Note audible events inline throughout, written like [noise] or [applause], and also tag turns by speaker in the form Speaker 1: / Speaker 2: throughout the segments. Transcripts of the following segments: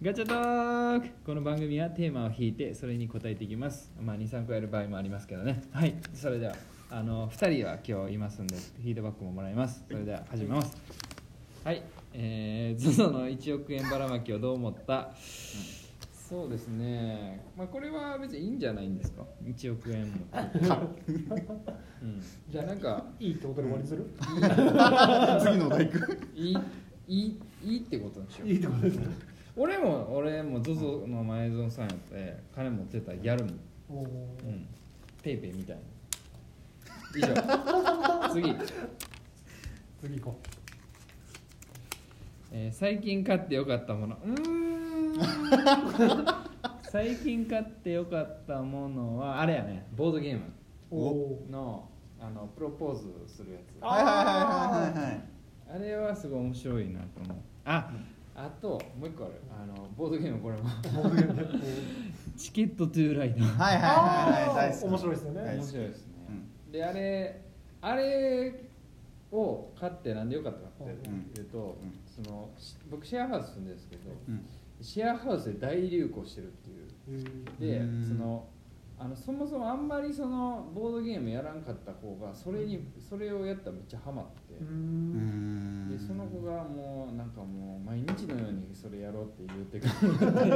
Speaker 1: ガチャトークこの番組はテーマを引いてそれに答えていきますまあ23個やる場合もありますけどねはいそれではあの2人は今日いますんでフィードバックももらいますそれでは始めますはいえー、ZOZO の1億円ばらまきをどう思ったそうですねまあこれは別にいいんじゃないんですか1億円も、 [laughs] うん、じゃあなんか
Speaker 2: いいってことで終わりにする、
Speaker 3: 次のお題いく
Speaker 1: いいいいいいってことにしよう
Speaker 2: いいってことですね
Speaker 1: 俺も俺も ZOZO の前園さんやって金持ってたらやるもん、
Speaker 2: おー
Speaker 1: うん、ペイペイみたいな以 [laughs] 上次、
Speaker 2: 次行こ
Speaker 1: えー最近買ってよかったものう [laughs] ーん最近買ってよかったものはあれやねボードゲーム
Speaker 2: うお
Speaker 1: のあのプロポーズするやつ
Speaker 2: あ
Speaker 3: はいはいはいはいはいはい
Speaker 1: あれはすごい面白いなと思うああともう一個あるあのボードゲームこれもチケットトゥーライド
Speaker 3: はいはいはいはい大好き
Speaker 2: 面白いですよね
Speaker 3: 大
Speaker 1: 面
Speaker 3: 好き
Speaker 1: 白いですね、であれあれを買ってなんでよかったかっていうと、
Speaker 3: う
Speaker 1: そのし僕シェアハウス住んでるんですけど、
Speaker 3: うん
Speaker 1: シェアハウスで大流行してるっていうで
Speaker 3: うん
Speaker 1: そのあのそもそもあんまりそのボードゲームやらんかった子がそれにそれをやったらめっちゃハマって、
Speaker 2: う
Speaker 3: うんん
Speaker 1: でその子がもうなんかもう毎日のようにそれやろうって言ってくる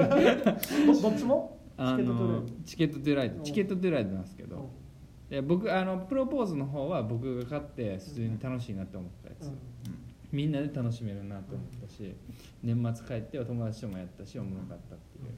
Speaker 2: どどっちも
Speaker 1: [laughs] あ
Speaker 2: チケット取れ
Speaker 1: の
Speaker 2: る
Speaker 1: チケットトゥーライ
Speaker 2: う
Speaker 1: ド
Speaker 2: ん
Speaker 1: チケットトゥーライドなんですけどで僕あのプロポーズの方は僕が買って普通に楽しいなって思ったやつ、
Speaker 2: う
Speaker 1: みんなで楽しめるなと思ったし、年末帰ってお友達ともやったしおもろかったっていう、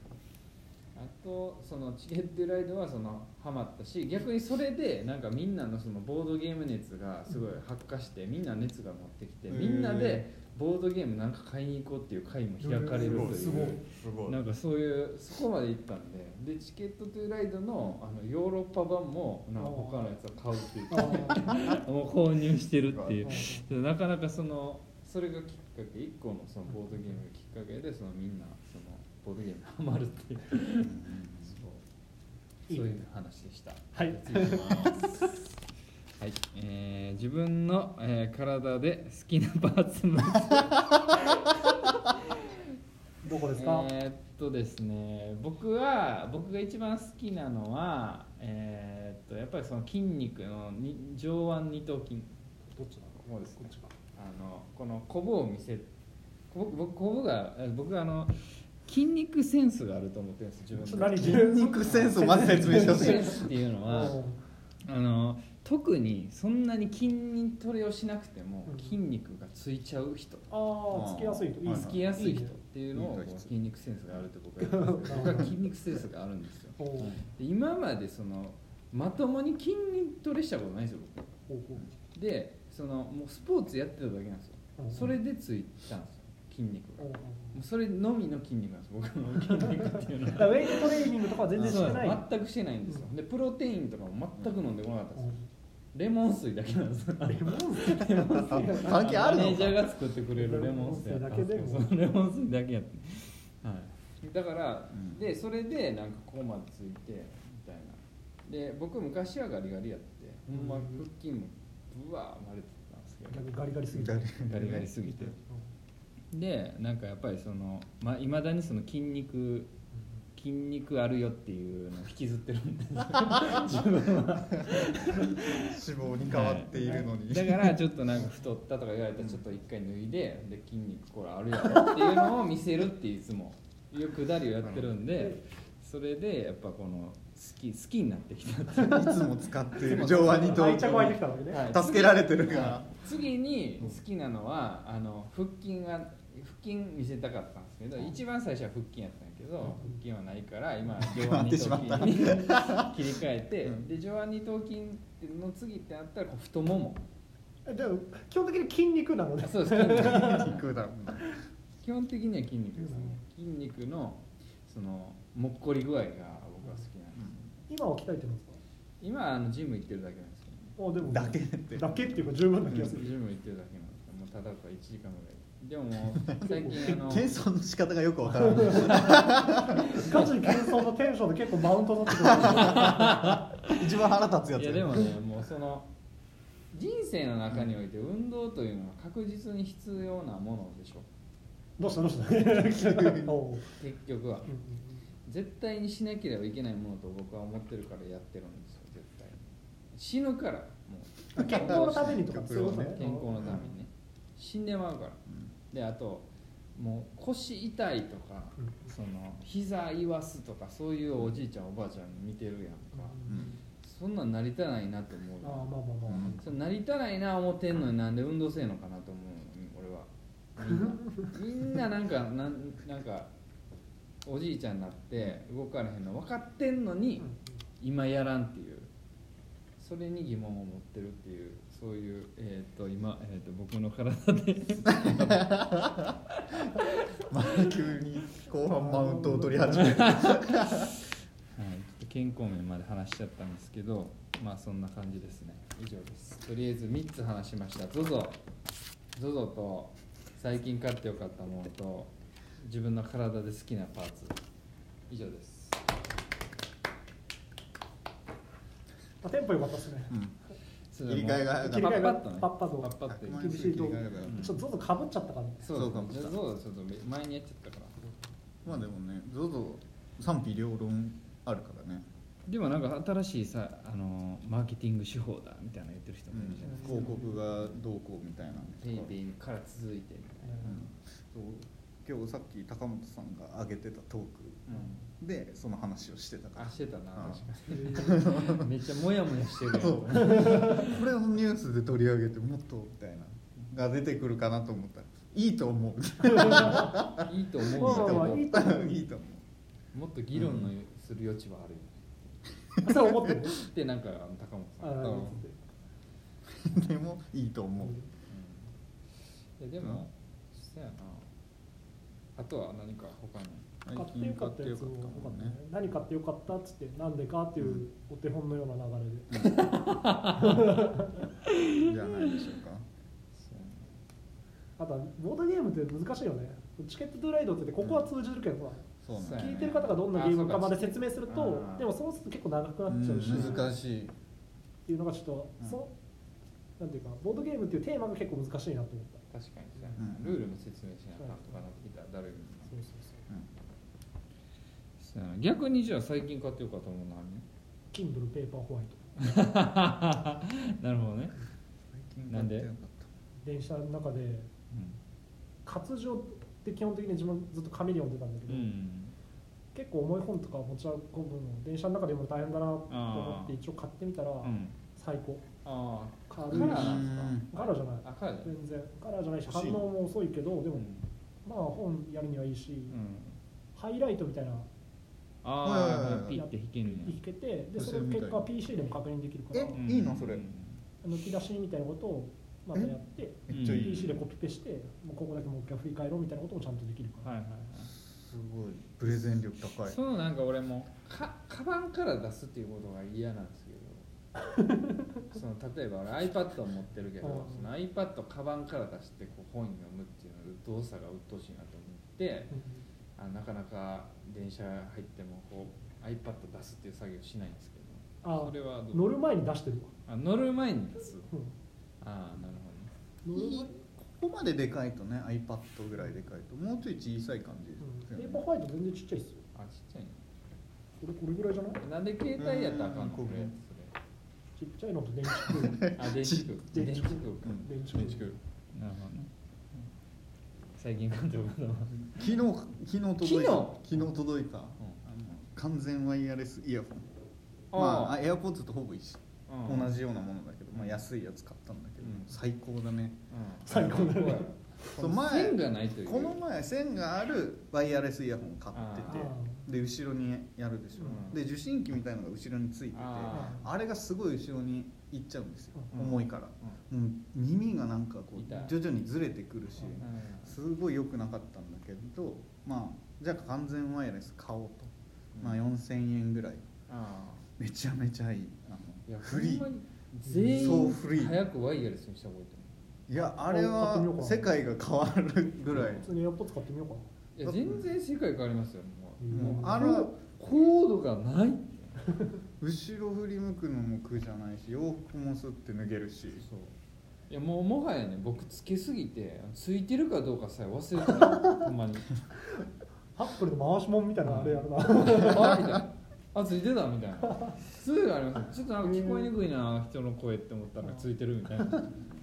Speaker 1: あとそのチケットライドはそのハマったし逆にそれでなんかみんなのそのボードゲーム熱がすごい発火してみんな熱が持ってきて
Speaker 3: へー
Speaker 1: みんなでボードゲームなんか買いに行こうっていう会も開かれると
Speaker 3: す
Speaker 1: い。
Speaker 3: ごいうすごい
Speaker 1: なんかそういうそこまで行ったんででチケットトゥーライドのあのヨーロッパ版もなんか他のやつを買うっていうん
Speaker 2: あ
Speaker 1: もう購入してるっていう
Speaker 2: はい
Speaker 1: でなかなかそのそれがきっかけ一個のそのボードゲームがきっかけでそのみんなそのボードゲームにハマるっていうそうそういう話でした
Speaker 2: はい
Speaker 1: 次行きます [laughs] はい、えー自分の、えー体で好きなパーツ [laughs] の
Speaker 2: どこですか、
Speaker 1: えーっとですね僕は僕が一番好きなのはえーっとやっぱりその筋肉のに上腕二頭筋
Speaker 2: どっちなの
Speaker 1: ここですね
Speaker 2: こっちか
Speaker 1: あのこのコブを見せ僕僕コブがえ僕あの筋肉センスがあると思ってるんです自分
Speaker 2: そ
Speaker 1: の
Speaker 2: れ何
Speaker 3: 筋肉センスをまず説明してほし
Speaker 1: セ
Speaker 3: い
Speaker 1: ンスっていうのは
Speaker 2: おー
Speaker 1: あの特にそんなに筋トレをしなくても
Speaker 2: うん
Speaker 1: 筋肉がついちゃう人
Speaker 2: ああつきやすいといい
Speaker 3: は
Speaker 2: で
Speaker 3: い
Speaker 2: す
Speaker 1: つ
Speaker 2: ね
Speaker 1: きやすい人っていうのをこう筋肉センスがあるって僕は言うんですけど僕は筋肉センスがあるんですよ
Speaker 2: おー
Speaker 1: で今までそのまともに筋トレしたことないんですよ僕
Speaker 2: おーおー
Speaker 1: でそのもうスポーツやってただけなんですよ
Speaker 2: うん
Speaker 1: それでついたんですよ筋肉が
Speaker 2: おー
Speaker 1: も
Speaker 2: おー
Speaker 1: うそれのみの筋肉なんです僕の筋肉っていうの
Speaker 2: だ
Speaker 1: は
Speaker 2: からウェイトトレーニングとかは全然し
Speaker 1: そう
Speaker 2: てない
Speaker 1: なんです全くしてないんですよでプロテインとかも全く飲んでこなかったんですよ
Speaker 2: う
Speaker 1: レモン水だけなんですよ
Speaker 2: んレモン
Speaker 3: 関係ある
Speaker 1: マネー
Speaker 3: の
Speaker 1: ジャー
Speaker 3: か
Speaker 1: が作ってくれるレモン水やったんですけど
Speaker 2: レモン水だけでも
Speaker 1: そうレモン水だけやった、はい、だから、
Speaker 3: うん
Speaker 1: でそれでなんかここまでついてみたいなで僕昔はガリガリやってほんま腹筋もぶわー割れてたんですけど
Speaker 2: 水ガリガリすぎて
Speaker 3: ガリ
Speaker 1: ガリガリすぎてでなんかやっぱりそのいま未だにその筋肉筋肉あるよっていうのを引きずってるんで自分は
Speaker 3: 脂肪に変わっているのに
Speaker 1: だからちょっとなんか太ったとか言われたらちょっと一回脱いでで筋肉これあるやろっていうのを見せるっていつもいうくだりをやってるんでそれでやっぱこの好き好きになってきたっていう
Speaker 3: いつも使っている上腕二頭
Speaker 2: 愛着湧いてきたわけね、
Speaker 1: はい
Speaker 3: 筋助けられてるが
Speaker 1: 次に好きなのはあの腹筋が腹筋見せたかったんですけど一番最初は腹筋やったんやけど腹筋はないから今上腕二頭筋に [laughs] 切り替えて、
Speaker 3: うん
Speaker 1: で上腕二頭筋の次ってなったらこう太もも
Speaker 2: えでも基本的に筋肉な
Speaker 1: [laughs]
Speaker 2: ので
Speaker 1: あそうです筋肉
Speaker 3: [laughs] 肉だ
Speaker 1: 基本的には筋肉ですね
Speaker 2: う
Speaker 1: 筋肉のそのもっこり具合が僕は好きなんです、
Speaker 2: 今は鍛えてるんですか
Speaker 1: 今はあのジム行ってるだけなんですけど、ね、
Speaker 2: あでも
Speaker 3: だけって
Speaker 2: だけっていうか十分な気
Speaker 1: ジ
Speaker 2: がする、
Speaker 1: ム行ってるだけなんですけどもうただか1時間ぐらいでももう最近あの
Speaker 3: 謙遜の仕方がよくわからない
Speaker 2: ガチで謙遜のテンションで結構マウント取ってくる
Speaker 3: 一番腹立つやつ
Speaker 1: いやでもねもうその人生の中において運動というのは確実に必要なものでしょ
Speaker 2: どうしたど
Speaker 1: [laughs]
Speaker 2: うしたおう
Speaker 1: 結局は
Speaker 2: うんうん
Speaker 1: 絶対にしなければいけないものと僕は思ってるからやってるんですよ絶対に死ぬからもう
Speaker 2: 健康のためにとかそ
Speaker 3: 極
Speaker 2: ういう
Speaker 3: 論
Speaker 2: こと
Speaker 3: ね
Speaker 2: ね
Speaker 1: 健康のためにね死んでまうからであともう腰痛いとか、
Speaker 2: うん
Speaker 1: その膝言わすとかそういうおじいちゃんおばあちゃん見てるやん
Speaker 2: うん
Speaker 1: か、そんなんなりたないなと思う
Speaker 2: ああまあまあま
Speaker 3: うん
Speaker 1: それなりたないな思ってんのになんで運動せえのかなと思うのに俺はみんなみんななんかなんなんかおじいちゃんになって動かれへんの分かってんの
Speaker 2: あ、
Speaker 1: に
Speaker 2: うん
Speaker 1: 今やらんっていうそれに疑問を持ってるっていうそういう、えー、と今、えー、と僕の体で
Speaker 3: まあ急に後半マウントを取り始める
Speaker 1: はい、ちょっと健康面まで話しちゃったんですけどまあそんな感じですね以上ですとりあえず3つ話しました ZOZOZOZO と最近買ってよかったものと自分の体で好きなパーツ以上です
Speaker 2: まあテンポ良かったですね
Speaker 1: それで
Speaker 3: 切り替えが
Speaker 1: もう
Speaker 3: 切り
Speaker 2: 替えが
Speaker 1: パッパッとね
Speaker 2: パッパと
Speaker 1: パッパッとい
Speaker 2: 厳しいと思う
Speaker 1: うん
Speaker 2: ちょっとずっとかぶっちゃったからね
Speaker 1: そう
Speaker 3: そうかもしれない
Speaker 1: ZOZO ちょっと前にやっちゃったから
Speaker 3: まあでもね ZOZO 賛否両論あるからね
Speaker 1: でもなんか新しいさあのマーケティング手法だみたいなの言ってる人もいるじゃないですか、
Speaker 3: 広告がどうこうみたいな
Speaker 1: ペイペイから続いてみたいな、
Speaker 3: そう今日さっき高本さんが挙げてたトークでその話をしてたか
Speaker 1: あしてたな
Speaker 3: うん
Speaker 1: 確か [laughs] にめっちゃモヤモヤしてる
Speaker 3: ら
Speaker 1: や
Speaker 3: そ
Speaker 1: ん
Speaker 3: う
Speaker 1: こ
Speaker 3: こ
Speaker 1: れ
Speaker 3: れをニュースで取り上げてもっとみたいなが出てくるかなと思ったらいいと思う
Speaker 1: いいと思う
Speaker 2: まあまあ
Speaker 1: けど
Speaker 2: いいと思う
Speaker 3: いいと思う [laughs]
Speaker 1: もっと議論のする余地はあるよね、
Speaker 2: それ思ってる
Speaker 1: ってなんかあの高本さん
Speaker 2: あ
Speaker 1: が、うん
Speaker 2: 思ってる
Speaker 3: でもいいと思う
Speaker 1: うんいやでも、そやなあとは何か他に
Speaker 2: 買ってよかったやつも良かったね何買ってよかったっつってなんでかっていうお手本のような流れで [laughs]
Speaker 3: じゃないでしょうか
Speaker 1: そう
Speaker 2: あとはボードゲームって難しいよねチケット・トゥ・ライドって言ってここは通じるけどさ
Speaker 3: そうなんだ
Speaker 1: そう
Speaker 3: よ
Speaker 1: や
Speaker 2: 聞
Speaker 1: ね
Speaker 2: いてる方がどんなゲームかまで説明する
Speaker 1: あ
Speaker 2: と
Speaker 1: ー
Speaker 2: でもそうすると結構長く
Speaker 3: う
Speaker 2: なっちゃうし
Speaker 3: ん
Speaker 2: っ
Speaker 3: 難しい
Speaker 2: ていうのがちょっと
Speaker 3: うん
Speaker 2: そうなんていうかボードゲームっていうテーマが結構難しいなと思った
Speaker 1: 確かにそうや
Speaker 3: うん
Speaker 1: なルールも説明しなあかんとかなってきたらだるいもんな
Speaker 2: そうそうそう
Speaker 3: うん
Speaker 1: そうやな逆にじゃあ最近買ってよかったもの何
Speaker 2: Kindle ペーパーホワイト
Speaker 1: [laughs] なるほどね、
Speaker 3: 最近
Speaker 1: な
Speaker 3: 買
Speaker 1: ん
Speaker 3: っ
Speaker 1: で
Speaker 3: てよかった
Speaker 2: 電車の中で活字って基本的に自分ずっと紙で読んでたんだけ
Speaker 1: う
Speaker 2: ど、
Speaker 1: ん、
Speaker 2: 結構重い本とか持ち運ぶの電車の中で読むの大変だなと思って
Speaker 1: あー
Speaker 2: 一応買ってみたら
Speaker 1: うん、
Speaker 2: 最高、
Speaker 1: ああカラ
Speaker 2: 軽い
Speaker 1: ーなんです
Speaker 3: う
Speaker 2: ガラじゃない
Speaker 1: かあカラーじゃない
Speaker 2: 全然ガラじゃないし
Speaker 3: 欲
Speaker 2: 反
Speaker 3: しい
Speaker 2: 応も遅いけどでも、
Speaker 1: うん
Speaker 2: まあ本やるにはいいし、
Speaker 1: うん
Speaker 2: ハイライトみたいな
Speaker 3: はいはいはい
Speaker 1: あ
Speaker 3: は
Speaker 1: あピ
Speaker 3: い
Speaker 1: ッて弾けるんや
Speaker 2: 弾けてで
Speaker 3: そ
Speaker 2: そうれ
Speaker 3: そ
Speaker 2: を結果
Speaker 3: うみたい
Speaker 2: PC でも確認できるから
Speaker 3: え
Speaker 1: うん
Speaker 3: いいのそれ
Speaker 2: 抜き出しみたいなことをまたやって
Speaker 3: めっちゃいい、
Speaker 1: うん
Speaker 2: PC でコピペしてもうここだけもう一回振り返ろうみたいなこともちゃんとできるから、
Speaker 1: はいはい
Speaker 3: すごいプレゼン力高
Speaker 1: はいいそのなんか俺もかカバンから出すっていうことが嫌なんですけ
Speaker 3: [laughs]
Speaker 1: どその例えば俺 iPad を持ってるけど
Speaker 2: うん
Speaker 1: その iPad カバンから出してこう本読むっていうの動作が鬱陶しいなと思って
Speaker 2: うん
Speaker 1: あなかなか電車入ってもこう iPad 出すっていう作業しないんですけど
Speaker 2: あ
Speaker 1: それはどう
Speaker 2: 乗る前に出してる
Speaker 1: あ乗る前に出す
Speaker 2: わ、
Speaker 1: ああなるほどね
Speaker 2: うん、乗る前に
Speaker 3: ここまででかいとね iPad ぐらいでかいともうちょい小さい感じです
Speaker 2: う
Speaker 3: よ
Speaker 2: ん、
Speaker 3: ね
Speaker 2: ペーパーホワイト全然ちっちゃいっすよ
Speaker 1: あちっちゃいね
Speaker 2: これこれぐらいじゃない
Speaker 1: なんで携帯やったらあかんの
Speaker 3: う
Speaker 1: こ
Speaker 3: ん
Speaker 1: れ
Speaker 2: ちっちゃいのと電池
Speaker 3: [laughs]
Speaker 2: 食う
Speaker 1: それあ電池区
Speaker 2: 電
Speaker 1: 電
Speaker 2: 池
Speaker 1: 池
Speaker 2: 区
Speaker 1: 区か
Speaker 3: うん
Speaker 2: 電池
Speaker 1: 電池区なるほどね最近買ってよかったもの
Speaker 3: 昨日昨日届いた
Speaker 1: 昨
Speaker 3: 昨日届いた、あの完全ワイヤレスイヤホン
Speaker 1: あ
Speaker 3: まあ
Speaker 1: あ
Speaker 3: AirPods とほぼ一緒、
Speaker 1: うん
Speaker 3: 同じようなものだけど、まあ、安いやつ買ったんだけど、
Speaker 1: うん
Speaker 3: 最高だね
Speaker 2: 最高だね
Speaker 1: こ
Speaker 3: そう
Speaker 1: の
Speaker 3: 前
Speaker 1: 線がないという
Speaker 3: この前線があるワイヤレスイヤホンを買ってて
Speaker 2: あ
Speaker 3: で後ろにやるでしょ、
Speaker 1: うん
Speaker 3: で受信機みたいのが後ろについてて
Speaker 1: あ
Speaker 2: ー
Speaker 3: あれがすごい後ろに行っちゃうんですよ、
Speaker 1: うん
Speaker 3: 重いから、もう耳がなんかこ
Speaker 1: 痛いう
Speaker 3: 徐々にずれてくるし
Speaker 1: うん
Speaker 3: すごい良くなかったんだけどまあじゃあ完全ワイヤレス買おうと、まあ、
Speaker 1: うん
Speaker 3: 4000円ぐらい
Speaker 1: あ
Speaker 3: めちゃめちゃいいあの
Speaker 1: あいや
Speaker 3: フリ
Speaker 1: ほんま
Speaker 3: ー
Speaker 1: に全
Speaker 3: そう
Speaker 1: 員
Speaker 3: フリー
Speaker 1: 早くワイヤレスにした方がいいと思
Speaker 3: いやあれ
Speaker 2: 買って
Speaker 3: は
Speaker 2: みようかな
Speaker 3: 世界が変わるぐらい
Speaker 2: 普通にエアポッ使ってみようかな
Speaker 1: ういや全然世界変わりますよもう
Speaker 3: もうあ
Speaker 1: れ
Speaker 3: の
Speaker 1: コードがない
Speaker 3: 後ろ振り向くのも苦じゃないし洋服もすって脱げるし
Speaker 1: そういやもうもはやね僕つけすぎてついてるかどうかさえ忘れてたほんまに
Speaker 2: アップルの回しもんみたいなあれやるな、
Speaker 3: [laughs]
Speaker 1: あみたいなあついてたみたいなそういうのありますちょっとなんか聞こえにくいな人の声って思ったらついてるみたいな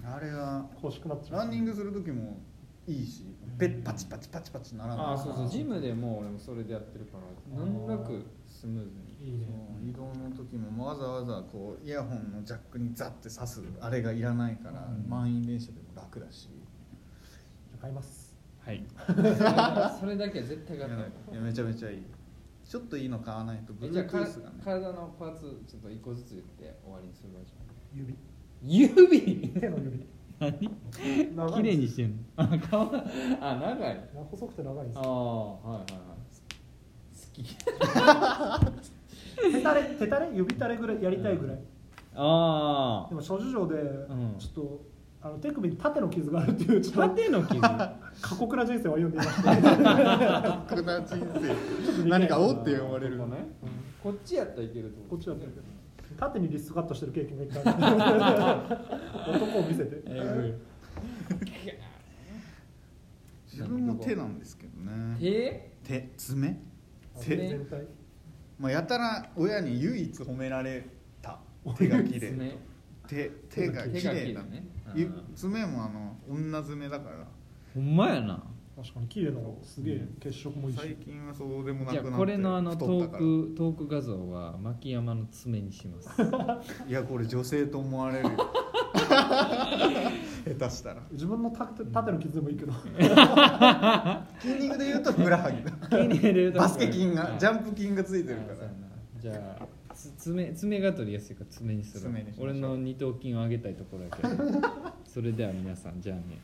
Speaker 3: あれは
Speaker 2: 欲しくなっちゃう
Speaker 3: ランニングする時もいいしペッパチパチパチパチならない
Speaker 1: あそうそうジムでもう俺もそれでやってるからなんとなくスムーズに
Speaker 2: いいね
Speaker 3: そう移動の時もわざわざこうイヤホンのジャックにザッて刺すあれがいらないから、
Speaker 1: うん
Speaker 3: 満員電車でも楽だし
Speaker 2: じゃあ買います
Speaker 1: はいそれだそれだけは絶対
Speaker 3: い
Speaker 1: 買
Speaker 3: や
Speaker 1: ったない
Speaker 3: いやめちゃめちゃいいちょっといいの買わないとブ
Speaker 1: え
Speaker 3: ル
Speaker 1: じゃ
Speaker 3: ー
Speaker 1: あ
Speaker 3: ト
Speaker 1: か
Speaker 3: ゥースがね
Speaker 1: 体のパーツちょっと一個ずつ言って終わりにするわじゃあ
Speaker 2: 指
Speaker 1: 指
Speaker 2: 手の指長い
Speaker 1: 綺麗にしてんのあ顔があ長い
Speaker 2: 細くて長いんです
Speaker 1: あ
Speaker 2: よ
Speaker 1: あはいはいはい好き
Speaker 2: 手たれ手たれ指たれぐらいやりたいぐらい、
Speaker 1: あ
Speaker 2: でも諸事情で、
Speaker 1: ん
Speaker 2: ちょっとあの手首に縦の傷があるっていうちょっと
Speaker 1: 縦の傷
Speaker 2: 過酷な人生を歩んでいま
Speaker 3: [laughs]
Speaker 2: して、
Speaker 3: 楽な人
Speaker 2: と
Speaker 3: 生
Speaker 2: ね
Speaker 3: 何かおって思われる
Speaker 1: ここねこっちやったらいけると
Speaker 2: こっ
Speaker 1: 思
Speaker 2: ちだったけど縦にリストカットしてる経験がいっぱいある男を見せて
Speaker 3: [laughs]
Speaker 1: え
Speaker 3: 自分も手なんですけど
Speaker 1: ぐい
Speaker 3: ね
Speaker 1: 手
Speaker 3: 手爪
Speaker 1: 手
Speaker 3: 手、
Speaker 2: 全体
Speaker 3: まあ、やたら親に唯一褒められた手が綺麗
Speaker 1: 爪
Speaker 3: 手手が綺麗だね
Speaker 1: 手が綺麗だね
Speaker 3: ゆ
Speaker 1: うん
Speaker 3: 爪もあの女爪だから
Speaker 1: ほんまやな
Speaker 2: 確かに綺麗なのすげえ血色もいいし、
Speaker 3: 最近はそうでもな
Speaker 1: じゃ
Speaker 3: くなって
Speaker 1: あこれのあのト
Speaker 3: 太ったから
Speaker 1: ークトーク画像は牧山の爪にし
Speaker 3: [laughs]
Speaker 1: ます
Speaker 3: いやこれ女性と思われるよ
Speaker 1: [laughs]
Speaker 3: 下手したら
Speaker 2: 自分の縦縦の傷でもいいけど
Speaker 3: 筋肉で言うとふくらはぎだバスケ筋がジャンプ筋がついてるか
Speaker 1: あそうや
Speaker 3: ら
Speaker 1: なじゃあつ爪爪が取りやすいから爪にする
Speaker 3: 爪にしましょう [laughs]
Speaker 1: 俺の二頭筋を上げたいところだけどそれでは皆さんじゃあね